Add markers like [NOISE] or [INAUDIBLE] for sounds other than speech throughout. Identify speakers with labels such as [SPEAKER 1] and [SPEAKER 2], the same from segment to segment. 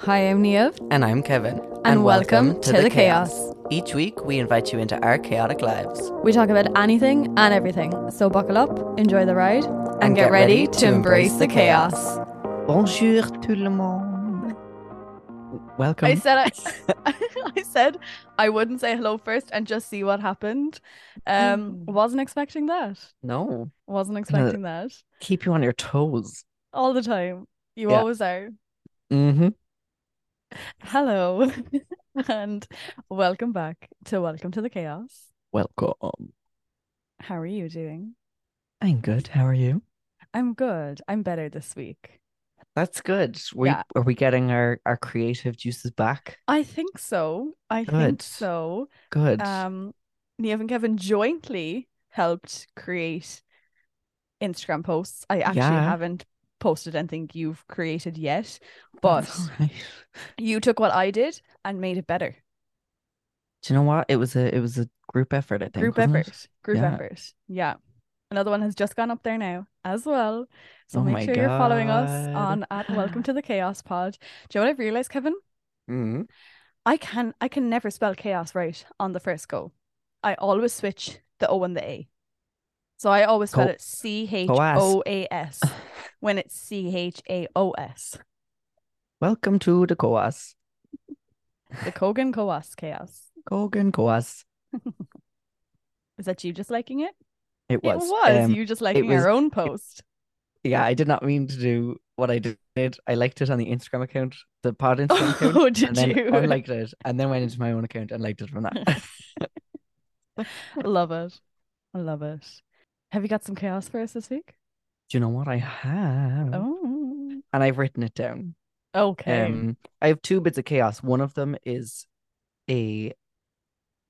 [SPEAKER 1] Hi, I'm Neil,
[SPEAKER 2] And I'm Kevin.
[SPEAKER 1] And welcome to The Chaos.
[SPEAKER 2] Each week, we invite you into our chaotic lives.
[SPEAKER 1] We talk about anything and everything, so buckle up, enjoy the ride, and, get, ready, to embrace the chaos.
[SPEAKER 2] Bonjour tout le monde. Welcome.
[SPEAKER 1] I said I, [LAUGHS] I said I wouldn't say hello first and just see what happened. Um,
[SPEAKER 2] Mm.
[SPEAKER 1] wasn't expecting that.
[SPEAKER 2] no,
[SPEAKER 1] Wasn't expecting that.
[SPEAKER 2] keep you on your toes.
[SPEAKER 1] All the time. You
[SPEAKER 2] Yeah.
[SPEAKER 1] always are.
[SPEAKER 2] Mm-hmm.
[SPEAKER 1] Hello, [LAUGHS] and welcome back to Welcome to the Chaos.
[SPEAKER 2] Welcome.
[SPEAKER 1] How are you doing?
[SPEAKER 2] I'm good. How are you?
[SPEAKER 1] I'm good. I'm better this week.
[SPEAKER 2] That's good. We
[SPEAKER 1] Yeah.
[SPEAKER 2] are we getting our our creative juices back?
[SPEAKER 1] I think so. I think
[SPEAKER 2] Good.
[SPEAKER 1] so.
[SPEAKER 2] Good.
[SPEAKER 1] Um, Neve and Kevin jointly helped create Instagram posts. I actually
[SPEAKER 2] Yeah.
[SPEAKER 1] haven't posted anything you've created yet,
[SPEAKER 2] Oh,
[SPEAKER 1] but
[SPEAKER 2] That's all right.
[SPEAKER 1] you took what I did and made it better.
[SPEAKER 2] Do you know what? It was a it was a group effort. I think
[SPEAKER 1] Group
[SPEAKER 2] wasn't
[SPEAKER 1] effort.
[SPEAKER 2] It?
[SPEAKER 1] Group
[SPEAKER 2] Yeah.
[SPEAKER 1] effort. Yeah. Another one has just gone up there now as well. So
[SPEAKER 2] Oh
[SPEAKER 1] make
[SPEAKER 2] my
[SPEAKER 1] sure you're following us
[SPEAKER 2] God.
[SPEAKER 1] on at Welcome to the Chaos Pod. Do you know what I've realized, Kevin?
[SPEAKER 2] Mhm.
[SPEAKER 1] I can I can never spell chaos right on the first go. I always switch the O and the A. So I always spell
[SPEAKER 2] Co-
[SPEAKER 1] it C H O A S [LAUGHS] when it's C H A O S.
[SPEAKER 2] Welcome to the Coas.
[SPEAKER 1] The Kogan Koas chaos.
[SPEAKER 2] Kogan Koas.
[SPEAKER 1] Is that you just liking it?
[SPEAKER 2] It was.
[SPEAKER 1] it was
[SPEAKER 2] Um,
[SPEAKER 1] you just liking
[SPEAKER 2] was-
[SPEAKER 1] our own
[SPEAKER 2] [LAUGHS]
[SPEAKER 1] post.
[SPEAKER 2] yeah, I did not mean to do what I did. I liked it on the Instagram account,
[SPEAKER 1] [LAUGHS]
[SPEAKER 2] the pod Instagram account.
[SPEAKER 1] Oh, did
[SPEAKER 2] and then
[SPEAKER 1] you?
[SPEAKER 2] unliked it and then went into my own account and liked it from that.
[SPEAKER 1] [LAUGHS] Love it. I love it. Have you got some chaos for us this week?
[SPEAKER 2] Do you know what I have?
[SPEAKER 1] Oh,
[SPEAKER 2] And I've written it down.
[SPEAKER 1] okay.
[SPEAKER 2] Um I have two bits of chaos. One of them is a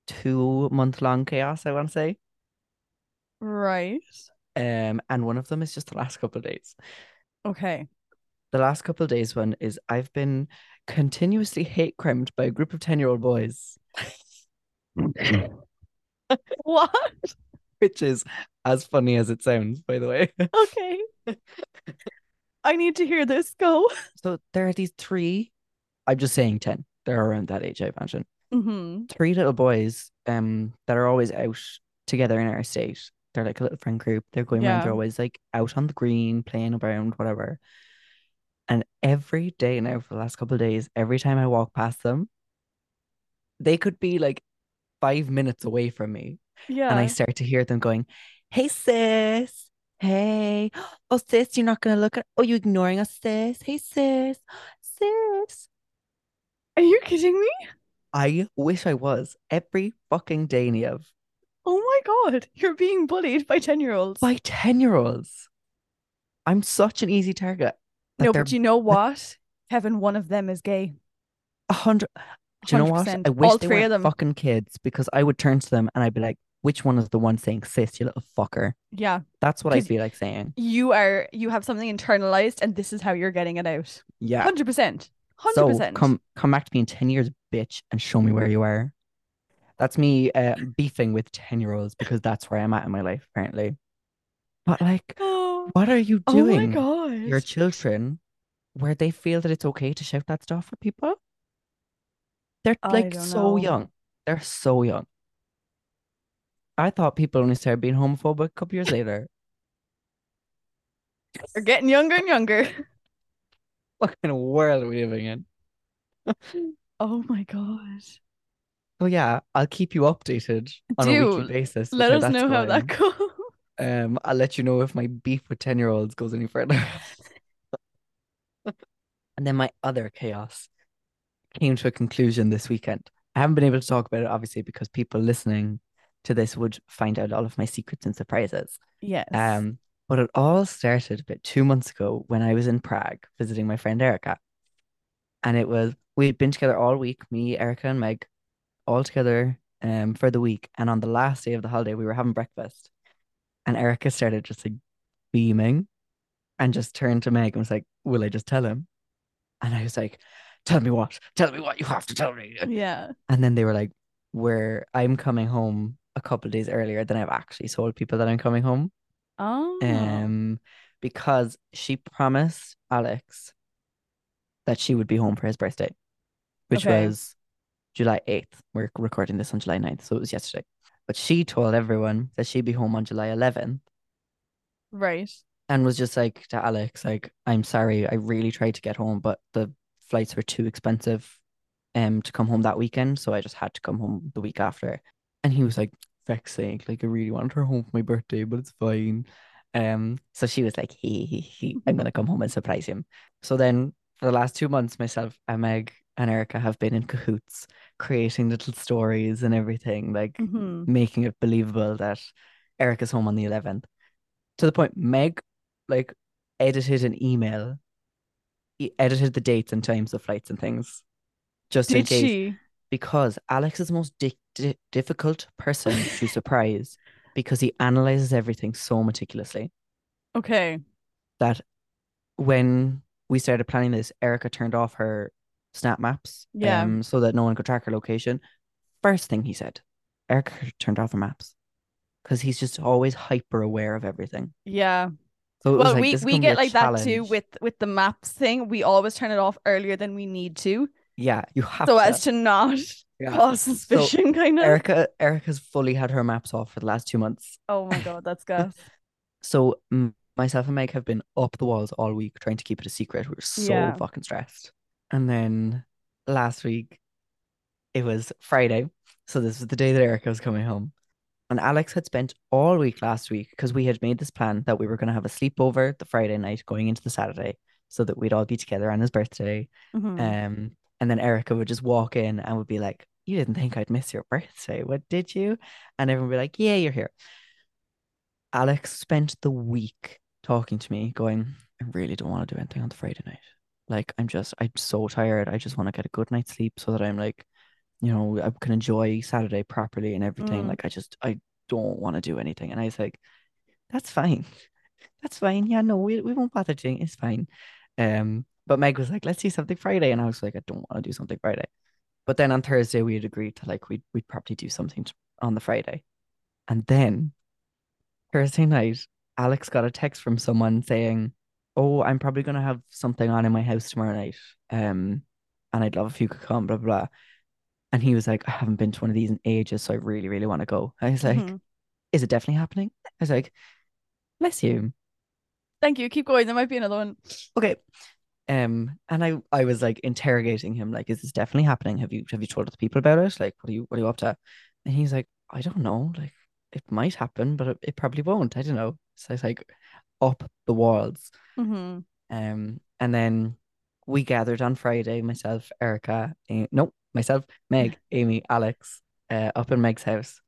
[SPEAKER 2] two month long chaos, I want to say.
[SPEAKER 1] right.
[SPEAKER 2] Um and one of them is just the last couple of days.
[SPEAKER 1] Okay. [LAUGHS]
[SPEAKER 2] the last couple of days one is I've been continuously hate crimed by a group of 10 year old boys,
[SPEAKER 1] What?
[SPEAKER 2] which is as funny as it sounds, by the way.
[SPEAKER 1] Okay. I need to hear this go.
[SPEAKER 2] so there are these three, I'm just saying 10, they're around that age, I imagine.
[SPEAKER 1] Mm-hmm.
[SPEAKER 2] Three little boys um, that are always out together in our estate. They're like a little friend group. They're going around,
[SPEAKER 1] Yeah.
[SPEAKER 2] they're always like out on the green, playing around, whatever. And every day now for the last couple of days, every time I walk past them, they could be like five minutes away from me.
[SPEAKER 1] Yeah.
[SPEAKER 2] and I start to hear them going, "Hey sis, hey, oh sis, you're not gonna look at, oh you ignoring us, sis, hey sis, sis."
[SPEAKER 1] Are you kidding me?
[SPEAKER 2] I wish I was every fucking day of
[SPEAKER 1] Oh my god, you're being bullied by 10 year olds.
[SPEAKER 2] by ten year olds. I'm such an easy target. that
[SPEAKER 1] No,
[SPEAKER 2] they're
[SPEAKER 1] but you know what? Kevin, one of them is gay.
[SPEAKER 2] a hundred. Do you know what?
[SPEAKER 1] 100%.
[SPEAKER 2] I wish
[SPEAKER 1] All
[SPEAKER 2] they
[SPEAKER 1] three
[SPEAKER 2] were
[SPEAKER 1] of them.
[SPEAKER 2] fucking kids because I would turn to them and I'd be like, "Which one is the one saying sis, you little fucker?"
[SPEAKER 1] Yeah.
[SPEAKER 2] That's what I'd
[SPEAKER 1] 'Cause-
[SPEAKER 2] be like saying.
[SPEAKER 1] You are you have something internalized and this is how you're getting it out.
[SPEAKER 2] Yeah.
[SPEAKER 1] 100%. 100%.
[SPEAKER 2] So come come back to me in ten years, bitch, and show me where you are. That's me uh, beefing with ten year olds because that's where I'm at in my life, apparently. But like,
[SPEAKER 1] Oh,
[SPEAKER 2] what are you
[SPEAKER 1] oh my
[SPEAKER 2] doing
[SPEAKER 1] god.
[SPEAKER 2] your children where they feel that it's okay to shout that stuff at people? They're
[SPEAKER 1] I
[SPEAKER 2] like
[SPEAKER 1] don't
[SPEAKER 2] so
[SPEAKER 1] know.
[SPEAKER 2] young. They're so young. I thought people only started being homophobic a couple years later. [LAUGHS]
[SPEAKER 1] You're getting younger and younger.
[SPEAKER 2] What kind of world are we living in?
[SPEAKER 1] Oh my god.
[SPEAKER 2] So yeah, I'll keep you updated on a
[SPEAKER 1] Do.
[SPEAKER 2] weekly basis. with
[SPEAKER 1] Let
[SPEAKER 2] how
[SPEAKER 1] us
[SPEAKER 2] that's
[SPEAKER 1] know how
[SPEAKER 2] going.
[SPEAKER 1] that [LAUGHS] goes.
[SPEAKER 2] Um, I'll let you know if my beef with 10 year olds goes any further. [LAUGHS] and then my other chaos came to a conclusion this weekend. I haven't been able to talk about it, obviously, because people listening to this would find out all of my secrets and surprises.
[SPEAKER 1] Yes.
[SPEAKER 2] Um, but it all started about two months ago when I was in Prague visiting my friend Erica. And it was, we'd been together all week, me, Erica, and Meg, all together um, for the week. And on the last day of the holiday, we were having breakfast. And Erica started just like beaming and just turned to Meg and was like, Will I just tell him? And I was like, Tell me what? Tell me what you have to tell me.
[SPEAKER 1] yeah.
[SPEAKER 2] And then they were like, We're, I'm coming home a couple of days earlier than I've actually told people that I'm coming home
[SPEAKER 1] Oh.
[SPEAKER 2] um because she promised Alex that she would be home for his birthday, which
[SPEAKER 1] Okay.
[SPEAKER 2] was July 8th. We're recording this on July 9th, so it was yesterday. But she told everyone that she'd be home on July 11th
[SPEAKER 1] Right.
[SPEAKER 2] and was just like to Alex, like, I'm sorry, I really tried to get home, but the flights were too expensive um to come home that weekend, so I just had to come home the week after. And he was like, Feck's sake, like I really wanted her home for my birthday, but it's fine. Um so she was like, he, he, he I'm gonna come home and surprise him. So then for the last two months, myself and Meg and Erica have been in cahoots, creating little stories and everything, like
[SPEAKER 1] Mhm.
[SPEAKER 2] making it believable that Erica's home on the 11th. To the point, Meg like edited an email, e- edited the dates and times of flights and things, just in
[SPEAKER 1] Did
[SPEAKER 2] case.
[SPEAKER 1] she?
[SPEAKER 2] Because Alex is the most di- di- difficult person
[SPEAKER 1] [LAUGHS]
[SPEAKER 2] to surprise because he analyzes everything so meticulously
[SPEAKER 1] Okay.
[SPEAKER 2] that when we started planning this, Erica turned off her snap maps
[SPEAKER 1] Yeah.
[SPEAKER 2] um, so that no one could track her location. First thing he said, Erica turned off her maps because he's just always hyper aware of everything.
[SPEAKER 1] Yeah.
[SPEAKER 2] So it was
[SPEAKER 1] Well,
[SPEAKER 2] like,
[SPEAKER 1] we
[SPEAKER 2] this is
[SPEAKER 1] we
[SPEAKER 2] gonna be
[SPEAKER 1] get
[SPEAKER 2] a
[SPEAKER 1] like that too
[SPEAKER 2] challenge.
[SPEAKER 1] with with the maps thing. We always turn it off earlier than we need to,
[SPEAKER 2] yeah, you have
[SPEAKER 1] so
[SPEAKER 2] to.
[SPEAKER 1] as to not
[SPEAKER 2] Yeah.
[SPEAKER 1] [LAUGHS] cause suspicion. kind of.
[SPEAKER 2] Erica, Erica's fully had her maps off for the last two months.
[SPEAKER 1] Oh my god,
[SPEAKER 2] [LAUGHS]
[SPEAKER 1] that's gas.
[SPEAKER 2] So m- myself and Meg have been up the walls all week trying to keep it a secret. We were so
[SPEAKER 1] Yeah.
[SPEAKER 2] fucking stressed. And then last week, it was Friday. So this was the day that Erica was coming home. And Alex had spent all week last week because we had made this plan that we were going to have a sleepover the Friday night going into the Saturday so that we'd all be together on his birthday.
[SPEAKER 1] Mhm.
[SPEAKER 2] Um, and then Erica would just walk in and would be like, "You didn't think I'd miss your birthday, what did you?" And everyone would be like, "Yeah, you're here." Alex spent the week talking to me, going, "I really don't want to do anything on the Friday night. Like, I'm just, I'm so tired. I just want to get a good night's sleep so that I'm like, you know, I can enjoy Saturday properly and everything.
[SPEAKER 1] Mm.
[SPEAKER 2] Like, I just, I don't want to do anything." And I was like, "That's fine." [LAUGHS] That's fine. Yeah, no, we, we won't bother doing it. It's fine. Um, but Meg was like, let's do something Friday. And I was like, I don't want to do something Friday. But then on Thursday, we had agreed to like, we'd, we'd probably do something t- on the Friday. And then Thursday night, Alex got a text from someone saying, Oh, I'm probably going to have something on in my house tomorrow night. Um, and I'd love if you could come, blah, blah. blah. And he was like, I haven't been to one of these in ages. So I really, really want to go. I was like,
[SPEAKER 1] Mhm.
[SPEAKER 2] Is it definitely happening? I was like, Bless you.
[SPEAKER 1] Thank you. Keep going. There might be another one.
[SPEAKER 2] okay um and i i was like interrogating him like is this definitely happening have you have you told other people about it like what are you what are you up to and he's like i don't know like it might happen but it, it probably won't i don't know so it's like up the walls
[SPEAKER 1] hmm
[SPEAKER 2] um and then we gathered on friday myself erica A- no myself meg amy alex uh, up in meg's house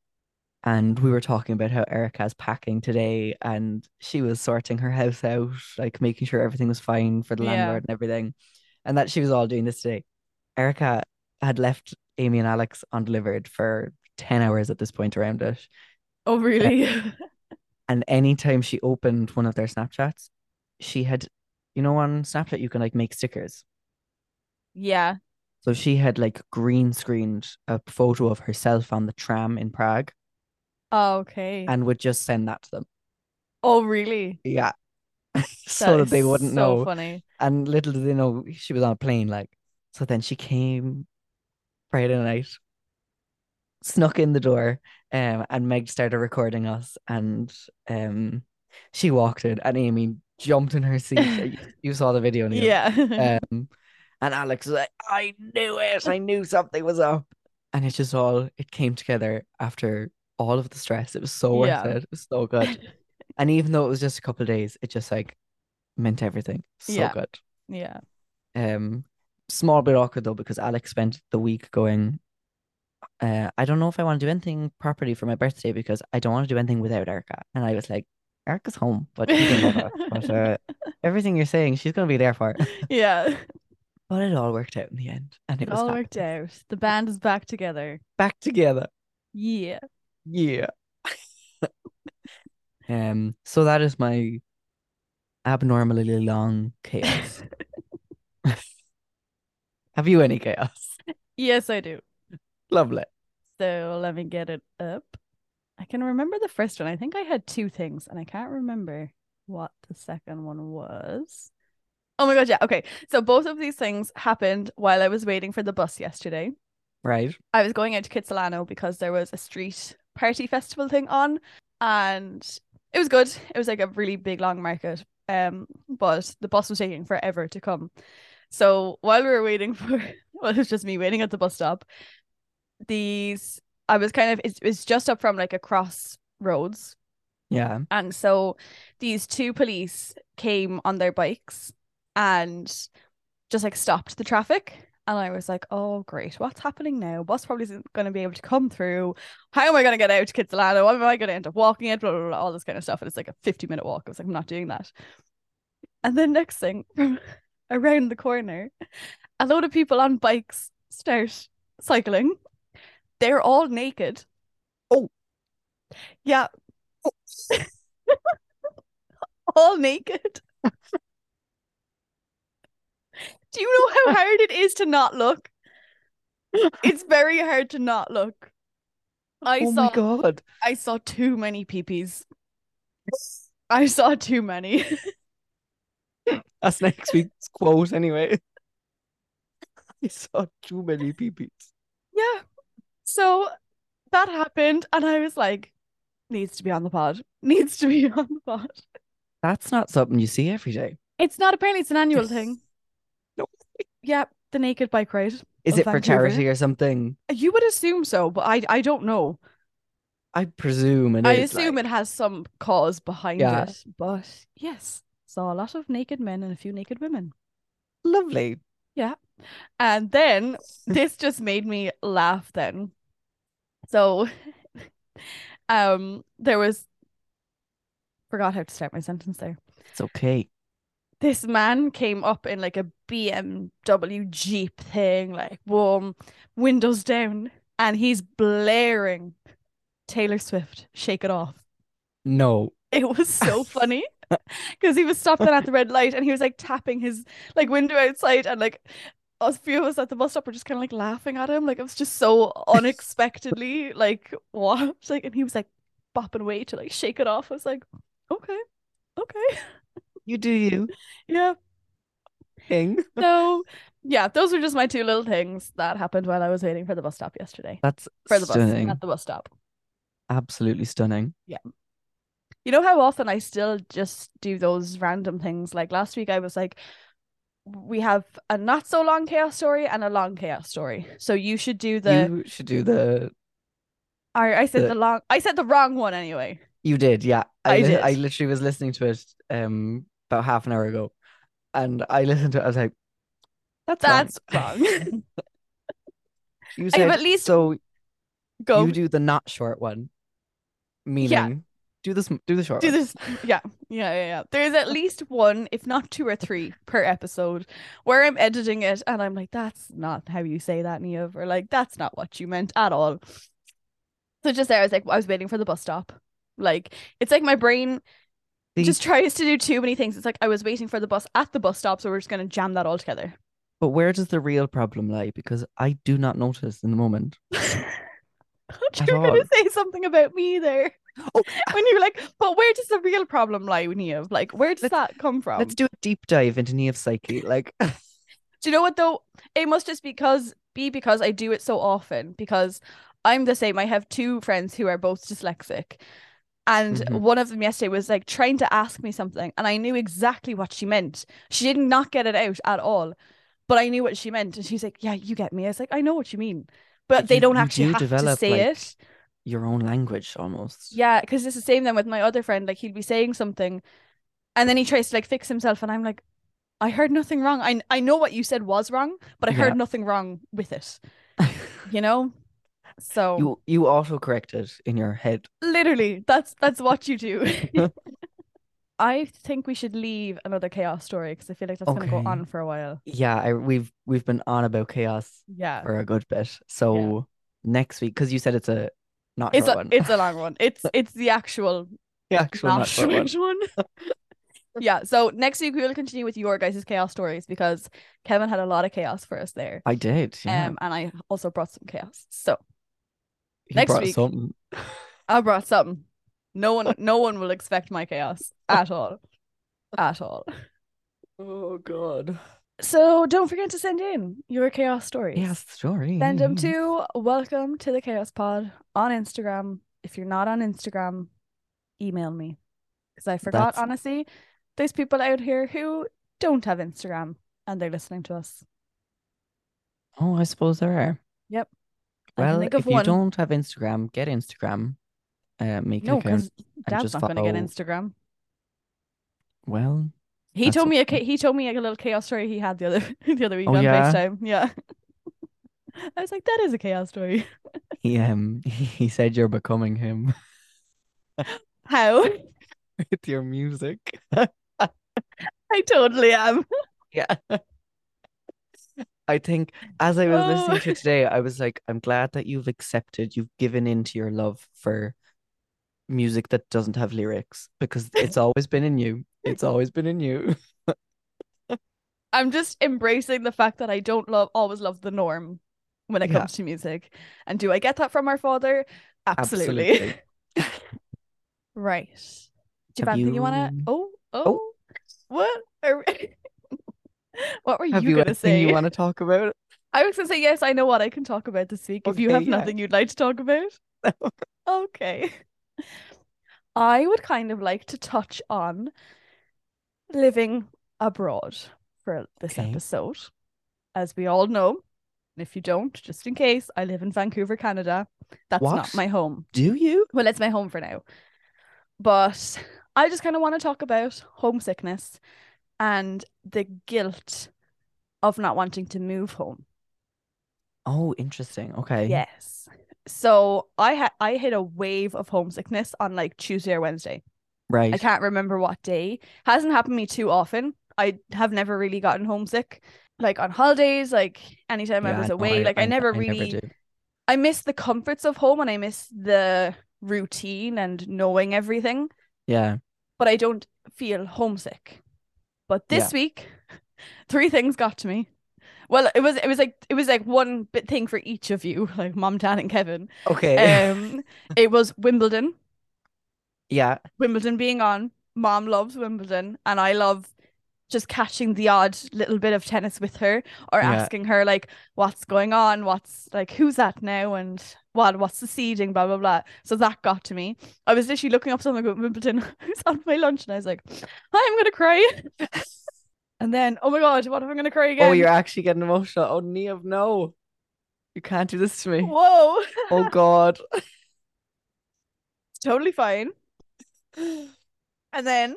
[SPEAKER 2] and we were talking about how Erica's packing today and she was sorting her house out, like making sure everything was fine for the
[SPEAKER 1] Yeah.
[SPEAKER 2] landlord and everything. And that she was all doing this today. Erica had left Amy and Alex undelivered for 10 hours at this point around it.
[SPEAKER 1] Oh really?
[SPEAKER 2] And anytime she opened one of their Snapchats, she had, you know, on Snapchat, you can like make stickers.
[SPEAKER 1] [LAUGHS] yeah.
[SPEAKER 2] So she had like green screened a photo of herself on the tram in Prague
[SPEAKER 1] Oh, okay.
[SPEAKER 2] and would just send that to them.
[SPEAKER 1] oh really?
[SPEAKER 2] Yeah. [LAUGHS] so that
[SPEAKER 1] is
[SPEAKER 2] they
[SPEAKER 1] so
[SPEAKER 2] wouldn't know. [LAUGHS]
[SPEAKER 1] Funny.
[SPEAKER 2] And little did they know she was on a plane, like. So then she came Friday night, snuck in the door, um, and Meg started recording us. And um, she walked in, and Amy jumped in her seat. Uh, you- you saw the video,
[SPEAKER 1] [LAUGHS]
[SPEAKER 2] Neil.
[SPEAKER 1] Yeah.
[SPEAKER 2] Um, and Alex was like, I knew it. I knew something was up. And it just all it came together after all of the stress. It was so worth
[SPEAKER 1] Yeah.
[SPEAKER 2] it. It was so good. and even though it was just a couple of days, it just like meant everything. So
[SPEAKER 1] Yeah.
[SPEAKER 2] good.
[SPEAKER 1] [LAUGHS]
[SPEAKER 2] [LAUGHS]
[SPEAKER 1] yeah.
[SPEAKER 2] Um, small bit awkward though because Alex spent the week going. Uh, I don't know if I want to do anything properly for my birthday because I don't want to do anything without Erica. And I was like, Erica's home, but, she can love us,
[SPEAKER 1] [LAUGHS]
[SPEAKER 2] but uh, everything you're saying, she's gonna be there for.
[SPEAKER 1] Yeah.
[SPEAKER 2] But it all worked out in the end, and it,
[SPEAKER 1] It
[SPEAKER 2] was
[SPEAKER 1] all worked
[SPEAKER 2] fabulous.
[SPEAKER 1] out. The band is back together.
[SPEAKER 2] Back together,
[SPEAKER 1] Yeah.
[SPEAKER 2] yeah. [LAUGHS] um, so that is my abnormally long
[SPEAKER 1] [LAUGHS]
[SPEAKER 2] chaos. Have you any chaos?
[SPEAKER 1] Yes, I do.
[SPEAKER 2] Lovely.
[SPEAKER 1] So let me get it up. I can remember the first one. I think I had two things, and I can't remember what the second one was. Oh my god, yeah. Okay. So both of these things happened while I was waiting for the bus yesterday.
[SPEAKER 2] Right.
[SPEAKER 1] I was going out to Kitsilano because there was a street party festival thing on, and it was good. It was like a really big long market. Um, but the bus was taking forever to come. So while we were waiting [LAUGHS] for, well, it was just me waiting at the bus stop. These, I was kind of, it's, it's just up from like a crossroads,
[SPEAKER 2] Yeah.
[SPEAKER 1] and so these two police came on their bikes and just like stopped the traffic. And I was like, oh, great. What's happening now? Bus probably isn't going to be able to come through. How am I going to get out to Kitsilano? What am I going to end up walking it? Blah, blah, blah, all this kind of stuff. And it's like a 50 minute walk. I was like, I'm not doing that. And then next thing, [LAUGHS] from around the corner, a load of people on bikes start cycling. They're all naked.
[SPEAKER 2] Oh. [LAUGHS]
[SPEAKER 1] Yeah. all naked. Do you know how hard it is to not look? It's very hard to not look. I
[SPEAKER 2] oh
[SPEAKER 1] saw
[SPEAKER 2] my god.
[SPEAKER 1] I saw too many peepees. I saw too many.
[SPEAKER 2] That's next week's quote anyway. [LAUGHS] I saw too many peepees.
[SPEAKER 1] Yeah. So that happened, and I was like, needs to be on the pod. [LAUGHS] Needs to be on the pod.
[SPEAKER 2] That's not something you see every day.
[SPEAKER 1] It's not apparently it's an annual
[SPEAKER 2] Yes.
[SPEAKER 1] thing.
[SPEAKER 2] No.
[SPEAKER 1] Yeah, the naked bike ride.
[SPEAKER 2] Is
[SPEAKER 1] Of
[SPEAKER 2] it for
[SPEAKER 1] Vancouver?
[SPEAKER 2] charity or something?
[SPEAKER 1] You would assume so, but I I don't know.
[SPEAKER 2] I presume it
[SPEAKER 1] I
[SPEAKER 2] is,
[SPEAKER 1] assume
[SPEAKER 2] like-
[SPEAKER 1] it has some cause behind
[SPEAKER 2] Yeah.
[SPEAKER 1] it. But yes, saw a lot of naked men and a few naked women.
[SPEAKER 2] lovely.
[SPEAKER 1] And
[SPEAKER 2] [LAUGHS]
[SPEAKER 1] then this just made me laugh then. So [LAUGHS] um there was forgot how to start my sentence there.
[SPEAKER 2] It's okay.
[SPEAKER 1] this man came up in like a BMW Jeep thing, like warm windows down, and he's blaring Taylor Swift, Shake It Off.
[SPEAKER 2] No.
[SPEAKER 1] It was so funny because he was stopping at the red light and he was like tapping his like window outside and like a few of us at the bus stop were just kind of like laughing at him like it was just so unexpectedly like what like and he was like bopping away to like shake it off I was like okay okay
[SPEAKER 2] You do you
[SPEAKER 1] yeah
[SPEAKER 2] thing.
[SPEAKER 1] So, yeah, those were just my two little things that happened while I was waiting for the bus stop yesterday.
[SPEAKER 2] That's
[SPEAKER 1] For the bus,
[SPEAKER 2] stunning.
[SPEAKER 1] at the bus stop.
[SPEAKER 2] Absolutely stunning.
[SPEAKER 1] You know how often I still just do those random things? Like last week, I was like, we have a not so long chaos story and a long chaos story. So you should do the.
[SPEAKER 2] you should do the
[SPEAKER 1] I, I said
[SPEAKER 2] the-
[SPEAKER 1] the long. I said the wrong one anyway.
[SPEAKER 2] You did, yeah.
[SPEAKER 1] I
[SPEAKER 2] li-
[SPEAKER 1] did.
[SPEAKER 2] I literally was listening to it um about half an hour ago, and I [LAUGHS] listened to it. I was like, "That's wrong."
[SPEAKER 1] That's wrong. [LAUGHS] I
[SPEAKER 2] You
[SPEAKER 1] have
[SPEAKER 2] said
[SPEAKER 1] at least-
[SPEAKER 2] so.
[SPEAKER 1] Go
[SPEAKER 2] You do the not short one, meaning do this. Do the short.
[SPEAKER 1] do
[SPEAKER 2] one.
[SPEAKER 1] this. Yeah, yeah, yeah, yeah. There's at least one, if not two or three, per episode where I'm editing it and I'm like, that's not how you say that, Neov, or like, that's not what you meant at all. So just there, I was like, I was waiting for the bus stop. Like, it's like my brain
[SPEAKER 2] The-
[SPEAKER 1] just tries to do too many things. It's like I was waiting for the bus at the bus stop, so we're just gonna jam that all together. [LAUGHS]
[SPEAKER 2] But where does the real problem lie? Because I do not notice in the moment.
[SPEAKER 1] Thought
[SPEAKER 2] At
[SPEAKER 1] you were gonna
[SPEAKER 2] all.
[SPEAKER 1] say something about me there.
[SPEAKER 2] Oh.
[SPEAKER 1] [LAUGHS] when you were like, but where does the real problem lie, Neov? Like, where does
[SPEAKER 2] Let's-
[SPEAKER 1] that come from?
[SPEAKER 2] Let's do a deep dive into Neo's psyche. Like,
[SPEAKER 1] Do you know what though? It must just because be because I do it so often because I'm the same. I have two friends who are both dyslexic. And
[SPEAKER 2] Mhm.
[SPEAKER 1] one of them yesterday was like trying to ask me something and I knew exactly what she meant. She did not get it out at all, but I knew what she meant and she's like, "Yeah, you get me." I was like, "I know what you mean." But
[SPEAKER 2] But
[SPEAKER 1] they
[SPEAKER 2] you-
[SPEAKER 1] don't
[SPEAKER 2] you
[SPEAKER 1] actually
[SPEAKER 2] do
[SPEAKER 1] have to
[SPEAKER 2] develop,
[SPEAKER 1] say
[SPEAKER 2] like,
[SPEAKER 1] it.
[SPEAKER 2] [LAUGHS] your own language almost.
[SPEAKER 1] Yeah, because it's the same then with my other friend. Like he'd be saying something, and then he tries to like fix himself, and I'm like, I heard nothing wrong. I I know what you said was wrong, but I
[SPEAKER 2] Yeah.
[SPEAKER 1] heard nothing wrong with
[SPEAKER 2] [LAUGHS]
[SPEAKER 1] it. You know, so
[SPEAKER 2] You you auto correct it in your head.
[SPEAKER 1] literally, that's that's what you
[SPEAKER 2] [LAUGHS]
[SPEAKER 1] do. [LAUGHS] I think we should leave another chaos story because I feel like that's gonna
[SPEAKER 2] Okay.
[SPEAKER 1] go on for a while.
[SPEAKER 2] Yeah, I, we've we've been on about chaos
[SPEAKER 1] Yeah,
[SPEAKER 2] for a good bit. So next week, because you said it's a not
[SPEAKER 1] it's
[SPEAKER 2] short
[SPEAKER 1] a
[SPEAKER 2] one.
[SPEAKER 1] it's a
[SPEAKER 2] [LAUGHS]
[SPEAKER 1] long one. It's it's the actual
[SPEAKER 2] The actual not,
[SPEAKER 1] not
[SPEAKER 2] short one.
[SPEAKER 1] short one. [LAUGHS] yeah, so next week we will continue with your guys' chaos stories because Kevin had a lot of chaos for us there.
[SPEAKER 2] I did. Yeah.
[SPEAKER 1] Um, and I also brought some chaos. So
[SPEAKER 2] He
[SPEAKER 1] next
[SPEAKER 2] brought
[SPEAKER 1] week.
[SPEAKER 2] something.
[SPEAKER 1] I brought something.
[SPEAKER 2] [LAUGHS]
[SPEAKER 1] No one, no one will expect my chaos at all, at all.
[SPEAKER 2] Oh god.
[SPEAKER 1] So don't forget to send in your chaos stories.
[SPEAKER 2] Yes, story.
[SPEAKER 1] Send them to welcome to the chaos pod on Instagram. If you're not on Instagram, email me. Because I forgot,
[SPEAKER 2] That's-
[SPEAKER 1] honestly, there's people out here who don't have Instagram and they're listening to us.
[SPEAKER 2] Oh, I suppose there are.
[SPEAKER 1] Yep. I can
[SPEAKER 2] Well,
[SPEAKER 1] think
[SPEAKER 2] if
[SPEAKER 1] of
[SPEAKER 2] you
[SPEAKER 1] one.
[SPEAKER 2] don't have Instagram, get Instagram. Uh, make an
[SPEAKER 1] No,
[SPEAKER 2] account.
[SPEAKER 1] because Dad's
[SPEAKER 2] just
[SPEAKER 1] not going to get
[SPEAKER 2] follow-
[SPEAKER 1] Instagram.
[SPEAKER 2] Well,
[SPEAKER 1] He
[SPEAKER 2] That's
[SPEAKER 1] told
[SPEAKER 2] what-
[SPEAKER 1] me a ca- he told me a little chaos story he had the other [LAUGHS] the other week
[SPEAKER 2] Oh,
[SPEAKER 1] on
[SPEAKER 2] yeah?
[SPEAKER 1] FaceTime. Yeah. [LAUGHS] I was like, that is a chaos story. [LAUGHS]
[SPEAKER 2] he um [LAUGHS] he said you're becoming him [LAUGHS]
[SPEAKER 1] How?
[SPEAKER 2] with your music.
[SPEAKER 1] I totally am.
[SPEAKER 2] Yeah. I think as I was listening to
[SPEAKER 1] Oh.
[SPEAKER 2] it today, I was like, I'm glad that you've accepted, you've given in to your love for music that doesn't have lyrics
[SPEAKER 1] [LAUGHS]
[SPEAKER 2] because it's always been in you. It's always been in you.
[SPEAKER 1] I'm just embracing the fact that I don't love always love the norm when it
[SPEAKER 2] Yeah.
[SPEAKER 1] comes to music. And do I get that from our father? [LAUGHS] Absolutely.
[SPEAKER 2] Absolutely.
[SPEAKER 1] [LAUGHS] right. Do you
[SPEAKER 2] Have
[SPEAKER 1] have anything you wanna
[SPEAKER 2] you-
[SPEAKER 1] oh oh, what are [LAUGHS] what were
[SPEAKER 2] Have
[SPEAKER 1] you
[SPEAKER 2] you,
[SPEAKER 1] gonna
[SPEAKER 2] anything
[SPEAKER 1] say?
[SPEAKER 2] you want to talk about?
[SPEAKER 1] I was gonna say yes, I know what I can talk about this week if you
[SPEAKER 2] Okay,
[SPEAKER 1] have
[SPEAKER 2] yeah.
[SPEAKER 1] nothing you'd like to talk about.
[SPEAKER 2] [LAUGHS]
[SPEAKER 1] Okay. I would kind of like to touch on living abroad for this
[SPEAKER 2] Okay.
[SPEAKER 1] episode. As we all know, and if you don't, just in case, I live in Vancouver, Canada. That's
[SPEAKER 2] What?
[SPEAKER 1] not my home.
[SPEAKER 2] Do you?
[SPEAKER 1] Well, it's my home for now. But I just kind of want to talk about homesickness and the guilt of not wanting to move home.
[SPEAKER 2] Oh, interesting. Okay.
[SPEAKER 1] Yes. So I had I hit a wave of homesickness on like Tuesday or Wednesday.
[SPEAKER 2] Right.
[SPEAKER 1] I can't remember what day. Hasn't happened to me too often. I have never really gotten homesick. Like on holidays, like anytime I
[SPEAKER 2] Yeah,
[SPEAKER 1] was
[SPEAKER 2] no,
[SPEAKER 1] away. like I, never really
[SPEAKER 2] do.
[SPEAKER 1] I miss the comforts of home and I miss the routine and knowing everything,
[SPEAKER 2] Yeah.
[SPEAKER 1] but I don't feel homesick. But this week, [LAUGHS] three things got to me. Well, it was it was like it was like one bit thing for each of you, [LAUGHS] like mom, dad, and Kevin.
[SPEAKER 2] Okay.
[SPEAKER 1] Um, [LAUGHS] it was Wimbledon.
[SPEAKER 2] [LAUGHS] yeah. Oh,
[SPEAKER 1] Wimbledon being on. Mom loves Wimbledon, and I love just catching the odd little bit of tennis with her or
[SPEAKER 2] Yeah.
[SPEAKER 1] asking her like what's going on, what's like who's that now, and what what's the seeding, blah blah blah. So that got to me. I was literally looking up something about Wimbledon. [LAUGHS] I was on my lunch, and I was like, I'm gonna cry. [LAUGHS] and then, oh my god, what if I'm gonna cry again?
[SPEAKER 2] Oh, you're actually getting emotional. Oh, Nev, no. You can't do this to
[SPEAKER 1] [LAUGHS]
[SPEAKER 2] me.
[SPEAKER 1] whoa,
[SPEAKER 2] Oh God.
[SPEAKER 1] it's totally fine. And then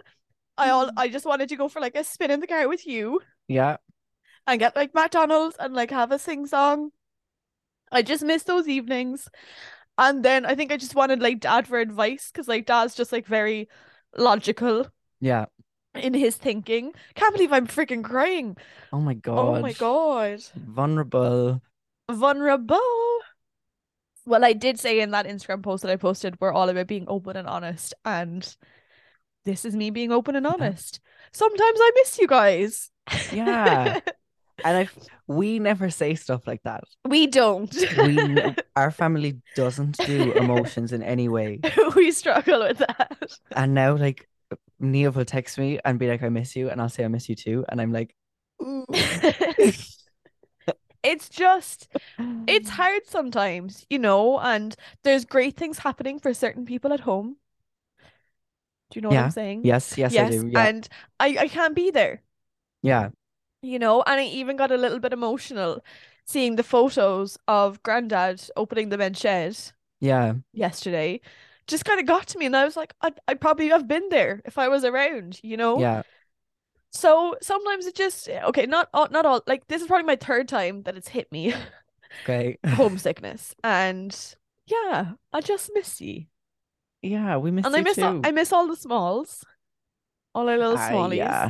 [SPEAKER 1] I all I just wanted to go for like a spin in the car with you.
[SPEAKER 2] Yeah.
[SPEAKER 1] and get like McDonald's and like have a sing song. I just miss those evenings. And then I think I just wanted like dad for advice because like dad's just like very logical
[SPEAKER 2] Yeah.
[SPEAKER 1] in his thinking. Can't believe I'm freaking crying.
[SPEAKER 2] Oh my God.
[SPEAKER 1] Oh my god.
[SPEAKER 2] Vulnerable.
[SPEAKER 1] Vulnerable. Well, I did say in that Instagram post that I posted, we're all about being open and honest. And this is me being open and honest. Sometimes I miss you guys.
[SPEAKER 2] Yeah. [LAUGHS] and I f- we never say stuff like that.
[SPEAKER 1] [LAUGHS] we don't.
[SPEAKER 2] We n- our family doesn't do emotions in any way.
[SPEAKER 1] [LAUGHS] we struggle with that.
[SPEAKER 2] And now like Neil will text me and be like, I miss you, and I'll say I miss you too. And I'm like, ooh.
[SPEAKER 1] [LAUGHS] it's just it's hard sometimes, you know, and there's great things happening for certain people at home. Do you know what
[SPEAKER 2] Yeah.
[SPEAKER 1] I'm saying?
[SPEAKER 2] Yes, yes, I do. Yeah.
[SPEAKER 1] and I I can't be there,
[SPEAKER 2] yeah.
[SPEAKER 1] you know, and I even got a little bit emotional seeing the photos of Grandad opening the men's shed
[SPEAKER 2] Yeah.
[SPEAKER 1] yesterday. Just kind of got to me, and I was like, I'd, I'd probably have been there if I was around, you know.
[SPEAKER 2] Yeah.
[SPEAKER 1] So sometimes it just okay, not all, not all. Like this is probably my third time that it's hit
[SPEAKER 2] [LAUGHS]
[SPEAKER 1] me [LAUGHS]
[SPEAKER 2] Okay.
[SPEAKER 1] homesickness, and yeah, I just miss you,
[SPEAKER 2] Yeah, we miss
[SPEAKER 1] and I
[SPEAKER 2] you
[SPEAKER 1] miss all,
[SPEAKER 2] too.
[SPEAKER 1] I miss all the smalls, all our little
[SPEAKER 2] Ah,
[SPEAKER 1] smallies.
[SPEAKER 2] yeah.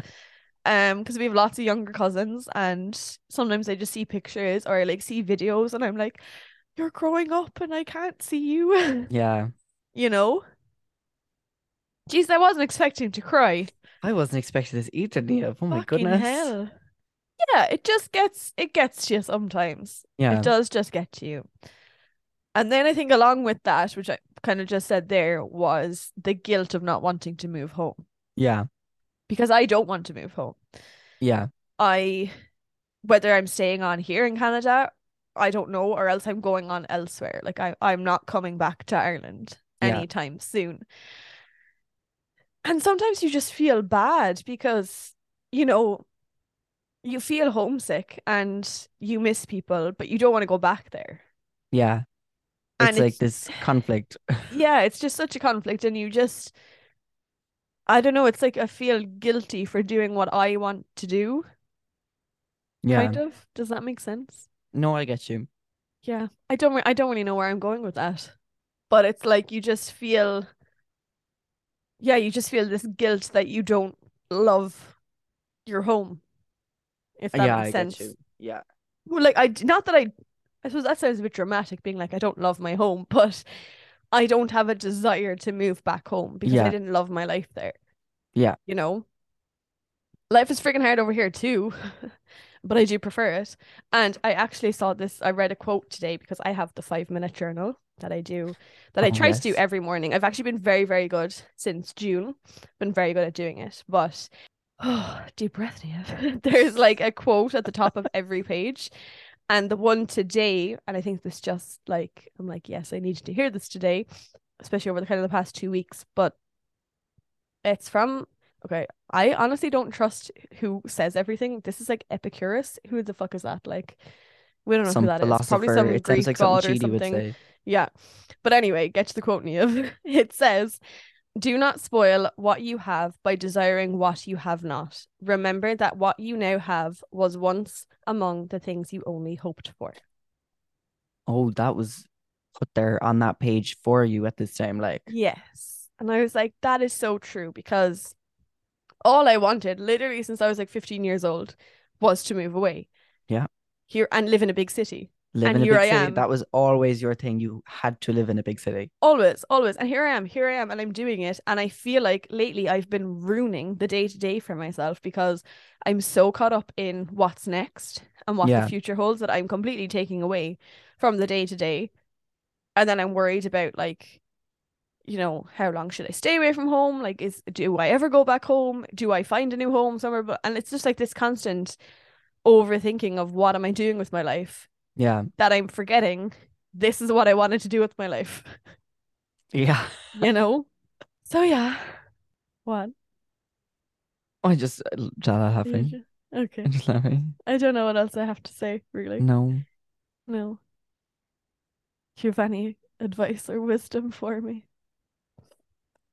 [SPEAKER 1] Um, because we have lots of younger cousins, and sometimes I just see pictures or I like see videos, and I'm like, "You're growing up, and I can't see you," [LAUGHS]
[SPEAKER 2] Yeah.
[SPEAKER 1] you know. Jeez, I wasn't expecting to cry.
[SPEAKER 2] I wasn't expecting this either, Neil. Oh my
[SPEAKER 1] Fucking
[SPEAKER 2] goodness.
[SPEAKER 1] hell. Yeah, it just gets it gets to you sometimes.
[SPEAKER 2] Yeah.
[SPEAKER 1] It does just get to you. And then I think along with that, which I kind of just said there, was the guilt of not wanting to move home
[SPEAKER 2] Yeah.
[SPEAKER 1] because I don't want to move home.
[SPEAKER 2] Yeah.
[SPEAKER 1] I whether I'm staying on here in Canada, I don't know, or else I'm going on elsewhere. Like I, I'm not coming back to Ireland
[SPEAKER 2] Yeah.
[SPEAKER 1] anytime soon. And sometimes you just feel bad because, you know, you feel homesick and you miss people, but you don't want to go back there.
[SPEAKER 2] Yeah.
[SPEAKER 1] And
[SPEAKER 2] It's like
[SPEAKER 1] it's-
[SPEAKER 2] this conflict.
[SPEAKER 1] yeah, it's just such a conflict, and you just, I don't know, it's like I feel guilty for doing what I want to do,
[SPEAKER 2] Yeah.
[SPEAKER 1] kind of. Does that make sense?
[SPEAKER 2] No, I get you.
[SPEAKER 1] Yeah, I don't re- I don't really know where I'm going with that. But it's like you just feel yeah, you just feel this guilt that you don't love your home. If that
[SPEAKER 2] yeah,
[SPEAKER 1] makes
[SPEAKER 2] I
[SPEAKER 1] sense.
[SPEAKER 2] get you. Yeah.
[SPEAKER 1] Well, like I d- not that I I suppose that sounds a bit dramatic being like I don't love my home, [LAUGHS] but I don't have a desire to move back home because I
[SPEAKER 2] Yeah.
[SPEAKER 1] didn't love my life there.
[SPEAKER 2] Yeah.
[SPEAKER 1] You know? Life is freaking hard over here too, [LAUGHS] but I do prefer it. And I actually saw this, I read a quote today because I have the five minute journal that I do, that I
[SPEAKER 2] Oh,
[SPEAKER 1] try to do
[SPEAKER 2] yes.
[SPEAKER 1] every morning. I've actually been very, very good since June, been very good at doing it. But [SIGHS] oh, deep breath, Niamh. [LAUGHS] There's like a quote at the top of every page. And the one today, and I think this just like, I'm like, yes, I needed to hear this today, especially over the kind of the past two weeks. But it's from, okay, I honestly don't trust who says everything. This is like Epicurus. Who the fuck is that? Like, we don't know
[SPEAKER 2] Some
[SPEAKER 1] who that is. Probably
[SPEAKER 2] philosopher.
[SPEAKER 1] some
[SPEAKER 2] it
[SPEAKER 1] Greek
[SPEAKER 2] sounds like
[SPEAKER 1] god
[SPEAKER 2] something
[SPEAKER 1] or
[SPEAKER 2] Chidi would
[SPEAKER 1] something.
[SPEAKER 2] say.
[SPEAKER 1] Yeah. But anyway, get to the quote, Niamh. [LAUGHS] It says, Do not spoil what you have by desiring what you have not. Remember that what you now have was once among the things you only hoped for.
[SPEAKER 2] Oh, that was put there on that page for you at this time. Like,
[SPEAKER 1] Yes. And I was like, That is so true because all I wanted, literally since I was like 15 years old, was to move away.
[SPEAKER 2] Yeah.
[SPEAKER 1] Here and live in a big city.
[SPEAKER 2] live in a
[SPEAKER 1] here
[SPEAKER 2] big
[SPEAKER 1] I
[SPEAKER 2] city. That
[SPEAKER 1] am.
[SPEAKER 2] was always your thing. You had to live in a big city.
[SPEAKER 1] Always, always. And here I am, here I am, and I'm doing it. And I feel like lately I've been ruining the day to day for myself because I'm so caught up in what's next and what
[SPEAKER 2] Yeah.
[SPEAKER 1] the future holds that I'm completely taking away from the day to day. And then I'm worried about, like, you know, how long should I stay away from home? Like, is do I ever go back home? Do I find a new home somewhere? But and it's just like this constant overthinking of what am I doing with my life
[SPEAKER 2] Yeah. [LAUGHS]
[SPEAKER 1] that I'm forgetting this is what I wanted to do with my life
[SPEAKER 2] Yeah.
[SPEAKER 1] you know? So yeah. What?
[SPEAKER 2] I just uh, l- saw that
[SPEAKER 1] You
[SPEAKER 2] happening.
[SPEAKER 1] ju- Okay.
[SPEAKER 2] I'm [LAUGHS] just laughing.
[SPEAKER 1] I don't know what else I have to say, really.
[SPEAKER 2] No.
[SPEAKER 1] No. Do you have any advice or wisdom for me?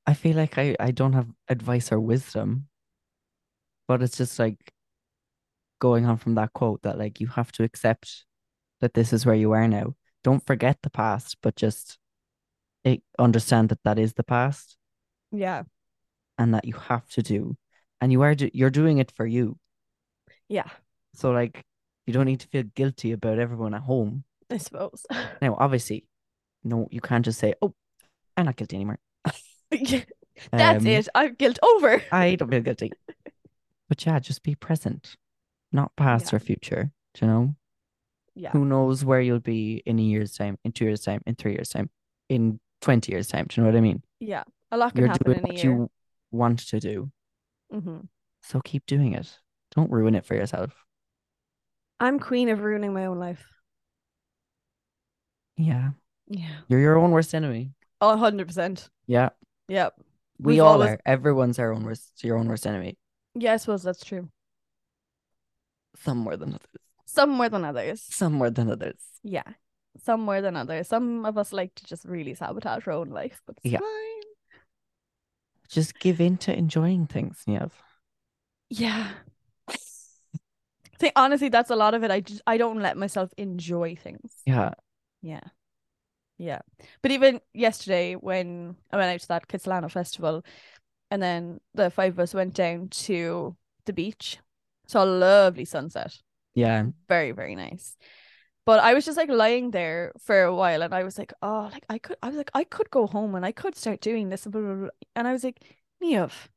[SPEAKER 2] I feel like I, I don't have advice or wisdom, but it's just like going on from that quote that like you have to accept that this is where you are now. Don't forget the past, but just i- understand that that is the past
[SPEAKER 1] Yeah.
[SPEAKER 2] and that you have to do, and you are do- you're doing it for you.
[SPEAKER 1] Yeah,
[SPEAKER 2] So like you don't need to feel guilty about everyone at home.
[SPEAKER 1] I suppose. [LAUGHS]
[SPEAKER 2] Now, obviously, no, you can't just say, "Oh, I'm not guilty anymore."
[SPEAKER 1] That's
[SPEAKER 2] Um,
[SPEAKER 1] it. I'm guilt over.
[SPEAKER 2] I don't
[SPEAKER 1] [LAUGHS]
[SPEAKER 2] feel guilty. But yeah, just be present, not past
[SPEAKER 1] Yeah.
[SPEAKER 2] or future. Do you know?
[SPEAKER 1] Yeah.
[SPEAKER 2] Who knows where you'll be in a year's time, in two years' time, in three years' time, in 20 years' time. Do you know what I mean?
[SPEAKER 1] Yeah. A lot can
[SPEAKER 2] You're
[SPEAKER 1] happen
[SPEAKER 2] doing
[SPEAKER 1] in a
[SPEAKER 2] what
[SPEAKER 1] year.
[SPEAKER 2] you want to do.
[SPEAKER 1] hmm
[SPEAKER 2] So keep doing it. Don't ruin it for yourself.
[SPEAKER 1] I'm queen of ruining my own life.
[SPEAKER 2] Yeah.
[SPEAKER 1] Yeah.
[SPEAKER 2] You're your own worst enemy.
[SPEAKER 1] Oh, 100%.
[SPEAKER 2] Yeah.
[SPEAKER 1] Yep.
[SPEAKER 2] We
[SPEAKER 1] We've
[SPEAKER 2] all
[SPEAKER 1] always-
[SPEAKER 2] are. Everyone's our own worst, your own worst enemy.
[SPEAKER 1] Yeah, I suppose that's true.
[SPEAKER 2] Some more than others.
[SPEAKER 1] Some more than others.
[SPEAKER 2] Some more than others.
[SPEAKER 1] Yeah, some more than others. Some of us like to just really sabotage our own life, but it's
[SPEAKER 2] Yeah.
[SPEAKER 1] fine.
[SPEAKER 2] Just give in to enjoying things, Nev.
[SPEAKER 1] Yeah. See, honestly, that's a lot of it. I just I don't let myself enjoy things.
[SPEAKER 2] Yeah.
[SPEAKER 1] Yeah. Yeah. But even yesterday when I went out to that Kitsilano festival and then the five of us went down to the beach. Saw a lovely sunset.
[SPEAKER 2] Yeah.
[SPEAKER 1] very very nice but i was just like lying there for a while and i was like oh like i could i was like i could go home and i could start doing this and, blah, blah, blah. and i was like Neov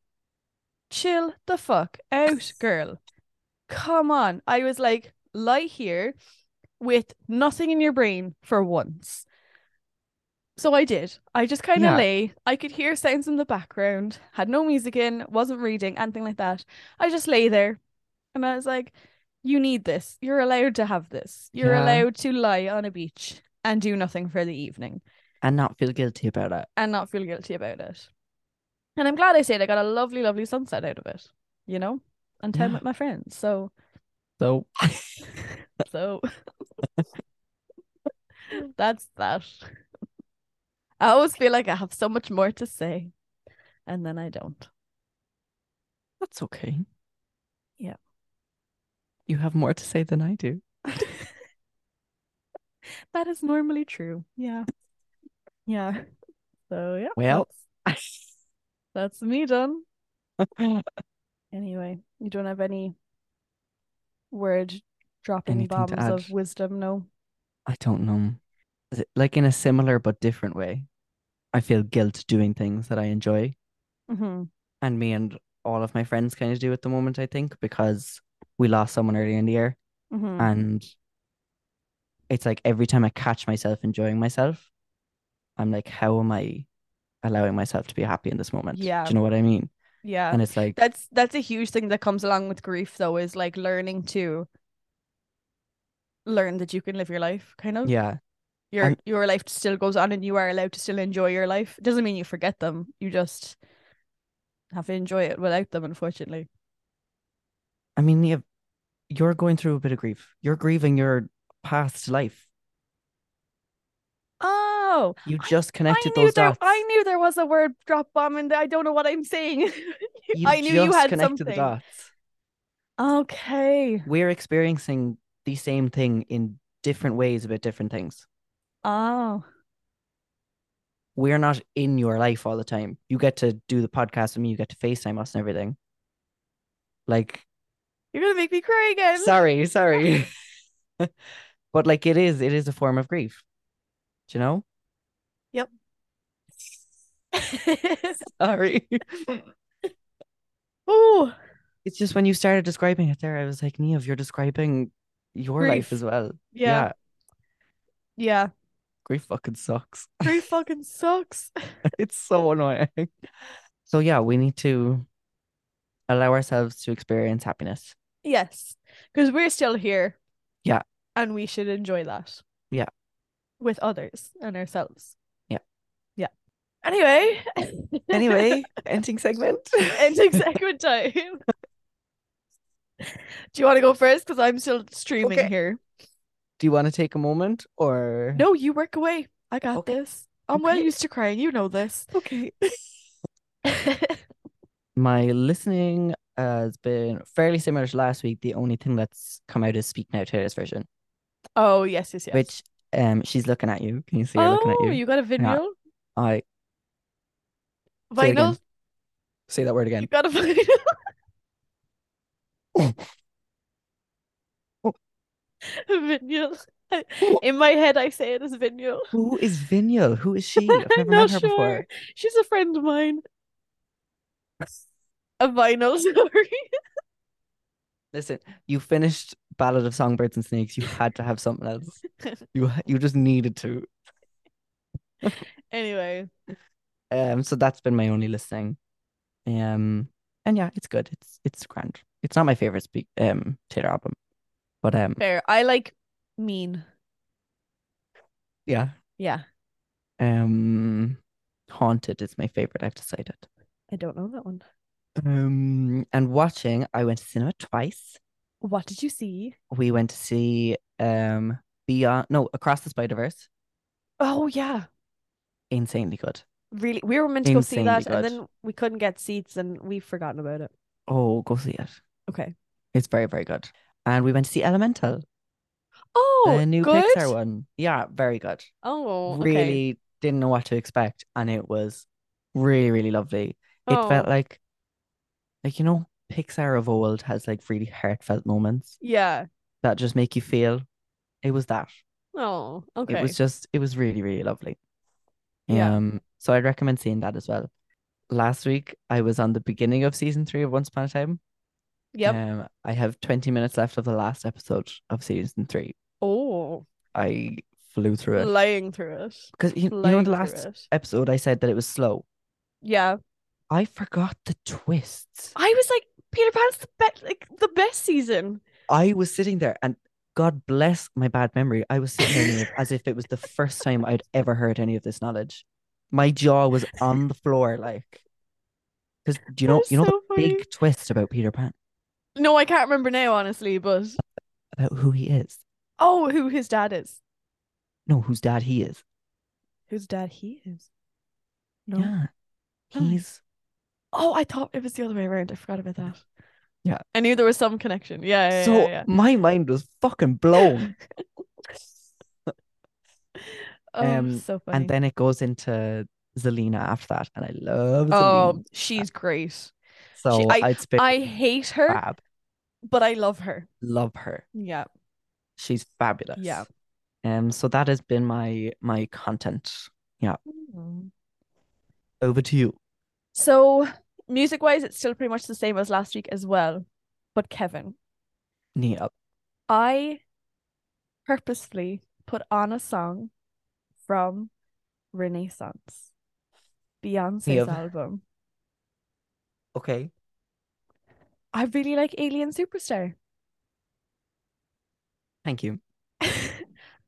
[SPEAKER 1] chill the fuck out girl come on i was like lie here with nothing in your brain for once so i did i just kind of
[SPEAKER 2] Yeah.
[SPEAKER 1] lay i could hear sounds in the background had no music in wasn't reading anything like that i just lay there And I was like, you need this. You're allowed to have this. You're
[SPEAKER 2] Yeah.
[SPEAKER 1] allowed to lie on a beach and do nothing for the evening
[SPEAKER 2] and not feel guilty about it.
[SPEAKER 1] and not feel guilty about it. And I'm glad I stayed. I got a lovely, lovely sunset out of it, you know, and time
[SPEAKER 2] Yeah.
[SPEAKER 1] with my friends. So,
[SPEAKER 2] So
[SPEAKER 1] so [LAUGHS] that's that. [LAUGHS] I always feel like I have so much more to say, and then I don't.
[SPEAKER 2] [LAUGHS]
[SPEAKER 1] [LAUGHS]
[SPEAKER 2] that's okay.
[SPEAKER 1] Yeah.
[SPEAKER 2] You have more to say than I [LAUGHS] do.
[SPEAKER 1] That is normally true. Yeah. Yeah. So yeah.
[SPEAKER 2] Well.
[SPEAKER 1] that's- that's me done. Anyway, you don't have any word dropping
[SPEAKER 2] Anything to
[SPEAKER 1] bombs
[SPEAKER 2] add?
[SPEAKER 1] of wisdom, no.
[SPEAKER 2] I don't know. Is it- Like in a similar but different way, I feel guilt doing things that I enjoy,
[SPEAKER 1] Mm-hmm.
[SPEAKER 2] and me and all of my friends kind of do at the moment. I think because we lost someone earlier in the year,
[SPEAKER 1] Mm-hmm.
[SPEAKER 2] and it's like every time I catch myself enjoying myself, I'm like, how am I allowing myself to be happy in this moment?
[SPEAKER 1] Yeah.
[SPEAKER 2] Do you know what I mean?
[SPEAKER 1] Yeah.
[SPEAKER 2] And it's like,
[SPEAKER 1] That's that's a huge thing that comes along with grief though, is like learning to learn that you can live your life, kind of.
[SPEAKER 2] yeah,
[SPEAKER 1] Your
[SPEAKER 2] and-
[SPEAKER 1] your life still goes on and you are allowed to still enjoy your life. It doesn't mean you forget them. You just have to enjoy it without them, unfortunately.
[SPEAKER 2] I mean, yeah, you're going through a bit of grief. You're grieving your past life.
[SPEAKER 1] Oh,
[SPEAKER 2] You just
[SPEAKER 1] I
[SPEAKER 2] connected
[SPEAKER 1] knew
[SPEAKER 2] those
[SPEAKER 1] there
[SPEAKER 2] dots.
[SPEAKER 1] I knew there was a word drop bomb in there. I don't know what I'm saying. [LAUGHS]
[SPEAKER 2] You
[SPEAKER 1] I knew you
[SPEAKER 2] just
[SPEAKER 1] had
[SPEAKER 2] connected the
[SPEAKER 1] something.
[SPEAKER 2] dots.
[SPEAKER 1] okay.
[SPEAKER 2] We're experiencing the same thing in different ways about different things.
[SPEAKER 1] Oh.
[SPEAKER 2] We're not in your life all the time. You get to do the podcast with me. You get to FaceTime us and everything. Like,
[SPEAKER 1] You're gonna make me cry again. [LAUGHS]
[SPEAKER 2] sorry, sorry. [LAUGHS] but like, it is, it is a form of grief. Do you know? Sorry.
[SPEAKER 1] [LAUGHS] Ooh.
[SPEAKER 2] It's just when you started describing it there, I was like, Neve, you're describing your life
[SPEAKER 1] Grief.
[SPEAKER 2] as well.
[SPEAKER 1] Yeah. Yeah.
[SPEAKER 2] grief fucking sucks. [LAUGHS]
[SPEAKER 1] Grief fucking sucks. [LAUGHS]
[SPEAKER 2] it's so annoying. So yeah, we need to allow ourselves to experience happiness.
[SPEAKER 1] Yes. Because we're still here.
[SPEAKER 2] Yeah.
[SPEAKER 1] And we should enjoy that.
[SPEAKER 2] Yeah.
[SPEAKER 1] With others and ourselves.
[SPEAKER 2] Yeah.
[SPEAKER 1] Yeah. Anyway. [LAUGHS]
[SPEAKER 2] Anyway, ending segment. [LAUGHS]
[SPEAKER 1] ending segment time. [LAUGHS] Do you want to go first? Because I'm still streaming
[SPEAKER 2] Okay.
[SPEAKER 1] here.
[SPEAKER 2] Do you want to take a moment or
[SPEAKER 1] No, you work away. I got
[SPEAKER 2] Okay.
[SPEAKER 1] this. I'm well
[SPEAKER 2] Okay.
[SPEAKER 1] used to crying. You know [LAUGHS] this.
[SPEAKER 2] Okay.
[SPEAKER 1] mm-hmm.
[SPEAKER 2] My listening has been fairly similar to last week. The only thing that's come out is Speak Now Taylor's version,
[SPEAKER 1] Oh yes, yes, yes.
[SPEAKER 2] which um she's looking at you. Can you see her looking
[SPEAKER 1] oh,
[SPEAKER 2] at you?
[SPEAKER 1] got a vinyl?
[SPEAKER 2] I Say it again.
[SPEAKER 1] Vinyl?
[SPEAKER 2] say that word
[SPEAKER 1] You
[SPEAKER 2] again.
[SPEAKER 1] got a vinyl? [LAUGHS] vinyl. [LAUGHS] In my head, I say it as vinyl.
[SPEAKER 2] Who is Vinyl? Who is she?
[SPEAKER 1] [LAUGHS]
[SPEAKER 2] I've never met her
[SPEAKER 1] Not
[SPEAKER 2] before.
[SPEAKER 1] She's a friend of mine. A vinyl, [LAUGHS] sorry.
[SPEAKER 2] Listen, you finished Ballad of Songbirds and Snakes. You had to have something
[SPEAKER 1] [LAUGHS]
[SPEAKER 2] else. You ha- you just needed to.
[SPEAKER 1] anyway,
[SPEAKER 2] Um, so that's been my only listening. Um, and yeah, it's good. It's it's grand. It's not my favorite speak um Taylor album, but um,
[SPEAKER 1] fair. I like mean.
[SPEAKER 2] yeah,
[SPEAKER 1] Yeah,
[SPEAKER 2] um, Haunted is my favorite. I've decided.
[SPEAKER 1] I don't know that one.
[SPEAKER 2] Um, and watching, I went to cinema twice.
[SPEAKER 1] What did you see?
[SPEAKER 2] We went to see um Beyond, no, Across the Spider Verse.
[SPEAKER 1] Oh yeah,
[SPEAKER 2] Insanely good.
[SPEAKER 1] really. We were meant to go see
[SPEAKER 2] Insanely
[SPEAKER 1] that,
[SPEAKER 2] good.
[SPEAKER 1] and then we couldn't get seats, and we've forgotten about it.
[SPEAKER 2] Oh, go see it.
[SPEAKER 1] Okay.
[SPEAKER 2] It's very, very good. And we went to see Elemental,
[SPEAKER 1] Oh,
[SPEAKER 2] the new
[SPEAKER 1] good.
[SPEAKER 2] Pixar one. Yeah, very good.
[SPEAKER 1] Oh, okay.
[SPEAKER 2] Really didn't know what to expect, and it was really, really lovely. It
[SPEAKER 1] Oh.
[SPEAKER 2] felt like, like you know, Pixar of old has like really heartfelt moments
[SPEAKER 1] Yeah.
[SPEAKER 2] that just make you feel. It was that.
[SPEAKER 1] Oh, okay.
[SPEAKER 2] It was just. It was really, really lovely.
[SPEAKER 1] Yeah.
[SPEAKER 2] Um. So I'd recommend seeing that as well. Last week I was on the beginning of season three of Once Upon a Time.
[SPEAKER 1] Yep.
[SPEAKER 2] Um, I have 20 minutes left of the last episode of season three.
[SPEAKER 1] oh,
[SPEAKER 2] I flew through it
[SPEAKER 1] lying through it.
[SPEAKER 2] because you, you know
[SPEAKER 1] Lying
[SPEAKER 2] in the
[SPEAKER 1] through
[SPEAKER 2] last
[SPEAKER 1] it.
[SPEAKER 2] episode I said that it was slow.
[SPEAKER 1] Yeah.
[SPEAKER 2] I forgot the twists.
[SPEAKER 1] I was like, Peter Pan's the best, like the best season.
[SPEAKER 2] I was sitting there and God bless my bad memory. I was sitting there Niamh, as if it was the first time I'd ever heard any of this knowledge. My jaw was on the floor, like because do you know
[SPEAKER 1] That's
[SPEAKER 2] you know
[SPEAKER 1] so
[SPEAKER 2] the
[SPEAKER 1] funny.
[SPEAKER 2] big twist about Peter Pan
[SPEAKER 1] No, I can't remember now, honestly. But
[SPEAKER 2] about who he is?
[SPEAKER 1] oh, who his dad is?
[SPEAKER 2] No, whose dad he is.
[SPEAKER 1] Whose dad he is? No.
[SPEAKER 2] Yeah,
[SPEAKER 1] No.
[SPEAKER 2] he's
[SPEAKER 1] Oh, I thought it was the other way around. I forgot about that.
[SPEAKER 2] Yeah.
[SPEAKER 1] I knew there was some connection. Yeah. yeah,
[SPEAKER 2] so
[SPEAKER 1] yeah,
[SPEAKER 2] my mind was fucking blown.
[SPEAKER 1] yeah. Oh,
[SPEAKER 2] [LAUGHS] um,
[SPEAKER 1] so [LAUGHS] funny.
[SPEAKER 2] and then it goes into Zelina after that, and I love
[SPEAKER 1] oh,
[SPEAKER 2] Zelina.
[SPEAKER 1] she's great.
[SPEAKER 2] so
[SPEAKER 1] I-
[SPEAKER 2] I'd spit
[SPEAKER 1] I hate her,
[SPEAKER 2] fab,
[SPEAKER 1] but I love her.
[SPEAKER 2] love her.
[SPEAKER 1] Yeah.
[SPEAKER 2] She's fabulous.
[SPEAKER 1] Yeah.
[SPEAKER 2] Um. So that has been my my content. Over to you.
[SPEAKER 1] So music wise, it's still pretty much the same as last week as well. But Kevin,
[SPEAKER 2] Neil.
[SPEAKER 1] I purposefully put on a song from Renaissance, Beyonce's
[SPEAKER 2] Yep.
[SPEAKER 1] album.
[SPEAKER 2] Okay.
[SPEAKER 1] I really like Alien Superstar. [LAUGHS]
[SPEAKER 2] Thank you.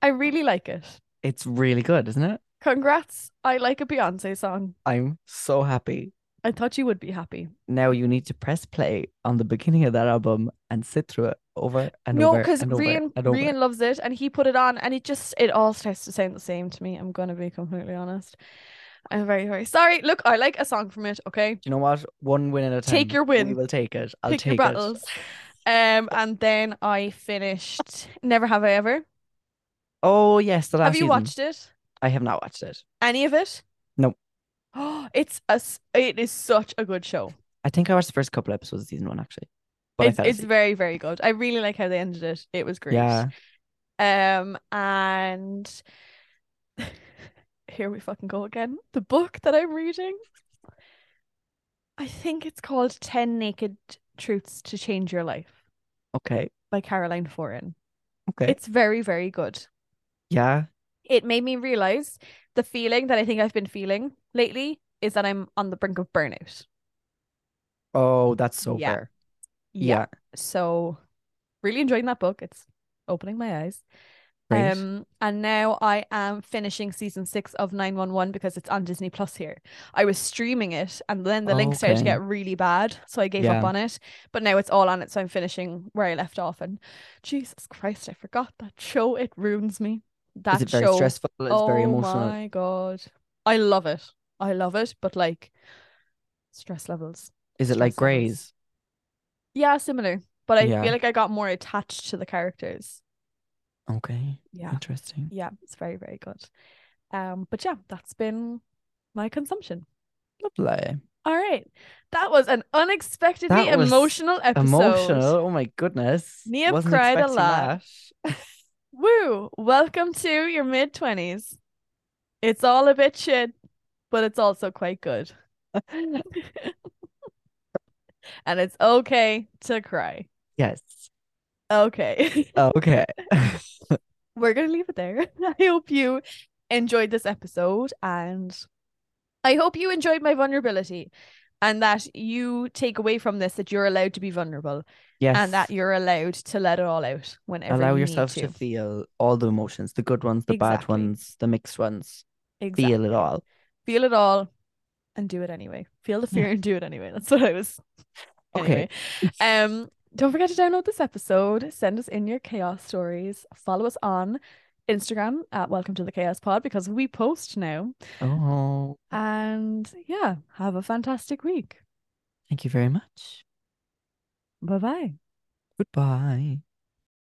[SPEAKER 1] I really like it.
[SPEAKER 2] It's really good, isn't it?
[SPEAKER 1] Congrats. I like a Beyonce song.
[SPEAKER 2] I'm so happy.
[SPEAKER 1] I thought you would be happy.
[SPEAKER 2] Now you need to press play on the beginning of that album and sit through it over and
[SPEAKER 1] no,
[SPEAKER 2] over.
[SPEAKER 1] because
[SPEAKER 2] and over
[SPEAKER 1] Rian,
[SPEAKER 2] and over.
[SPEAKER 1] Rian loves it and he put it on and it just, it all starts to sound the same to me. I'm going to be completely honest. I'm very, very sorry. Look, I like a song from it, okay?
[SPEAKER 2] Do you know what? One win at a time.
[SPEAKER 1] Take your
[SPEAKER 2] We
[SPEAKER 1] win.
[SPEAKER 2] will take it. I'll
[SPEAKER 1] Pick
[SPEAKER 2] take
[SPEAKER 1] your battles.
[SPEAKER 2] it.
[SPEAKER 1] Um, and then I finished Never Have I Ever.
[SPEAKER 2] Oh yes, the last
[SPEAKER 1] Have you
[SPEAKER 2] season.
[SPEAKER 1] watched it?
[SPEAKER 2] I have not watched it.
[SPEAKER 1] Any of it?
[SPEAKER 2] No.
[SPEAKER 1] Oh, [GASPS] it's a, s- it is such a good show.
[SPEAKER 2] I think I watched the first couple episodes of season one actually. But I
[SPEAKER 1] it's
[SPEAKER 2] fell
[SPEAKER 1] it's
[SPEAKER 2] asleep.
[SPEAKER 1] very, very good. I really like how they ended it. It was great.
[SPEAKER 2] yeah.
[SPEAKER 1] Um, and [LAUGHS] here we fucking go again. The book that I'm reading, I think it's called 10 Naked Truths to Change Your Life
[SPEAKER 2] Okay.
[SPEAKER 1] by Caroline Foran.
[SPEAKER 2] Okay.
[SPEAKER 1] It's very, very good.
[SPEAKER 2] yeah.
[SPEAKER 1] It made me realize the feeling that I think I've been feeling lately is that I'm on the brink of burnout.
[SPEAKER 2] Oh, that's so
[SPEAKER 1] Yeah.
[SPEAKER 2] fair. Yeah.
[SPEAKER 1] So, really enjoying that book. It's opening my eyes.
[SPEAKER 2] Great.
[SPEAKER 1] Um, and now I am finishing season six of 911 because it's on Disney Plus here. I was streaming it and then the link started to
[SPEAKER 2] Okay.
[SPEAKER 1] get really bad, so I gave up
[SPEAKER 2] Yeah.
[SPEAKER 1] on it. But now it's all on it, so I'm finishing where I left off. And Jesus Christ, I forgot that show. It ruins me. That
[SPEAKER 2] Is it very
[SPEAKER 1] show.
[SPEAKER 2] stressful? It's
[SPEAKER 1] oh
[SPEAKER 2] very emotional.
[SPEAKER 1] my God. I love it. I love it, but like stress levels.
[SPEAKER 2] Is it like
[SPEAKER 1] stress levels.
[SPEAKER 2] Grays?
[SPEAKER 1] Yeah, similar. But I
[SPEAKER 2] Yeah.
[SPEAKER 1] feel like I got more attached to the characters.
[SPEAKER 2] Okay.
[SPEAKER 1] Yeah.
[SPEAKER 2] Interesting.
[SPEAKER 1] Yeah, it's very, very good. Um, but yeah, that's been my consumption.
[SPEAKER 2] Lovely.
[SPEAKER 1] All right. That was an unexpectedly
[SPEAKER 2] That was
[SPEAKER 1] emotional episode.
[SPEAKER 2] Emotional. Oh my goodness.
[SPEAKER 1] Niamh
[SPEAKER 2] Wasn't
[SPEAKER 1] cried a
[SPEAKER 2] expecting
[SPEAKER 1] lot.
[SPEAKER 2] that.
[SPEAKER 1] Woo! Welcome to your mid twenties. It's all a bit shit, but it's also quite good. [LAUGHS] and it's okay to cry.
[SPEAKER 2] Yes.
[SPEAKER 1] Okay. [LAUGHS]
[SPEAKER 2] Okay. [LAUGHS]
[SPEAKER 1] we're gonna leave it there. [LAUGHS] I hope you enjoyed this episode and I hope you enjoyed my vulnerability and that you take away from this that you're allowed to be vulnerable
[SPEAKER 2] Yes.
[SPEAKER 1] and that you're allowed to let it all out whenever
[SPEAKER 2] allow
[SPEAKER 1] you
[SPEAKER 2] yourself
[SPEAKER 1] need
[SPEAKER 2] to feel all the emotions, the good ones, the bad
[SPEAKER 1] Exactly.
[SPEAKER 2] ones, the mixed ones.
[SPEAKER 1] exactly.
[SPEAKER 2] Feel it all.
[SPEAKER 1] Feel it all and do it anyway. Feel the
[SPEAKER 2] Yeah.
[SPEAKER 1] fear and do it anyway. That's what I was
[SPEAKER 2] Okay. [LAUGHS]
[SPEAKER 1] Anyway, um, don't forget to download this episode. Send us in your chaos stories. Follow us on Instagram at Welcome to the Chaos Pod because we post now.
[SPEAKER 2] Oh,
[SPEAKER 1] And yeah, have a fantastic week.
[SPEAKER 2] thank you very much.
[SPEAKER 1] Bye bye.
[SPEAKER 2] Goodbye.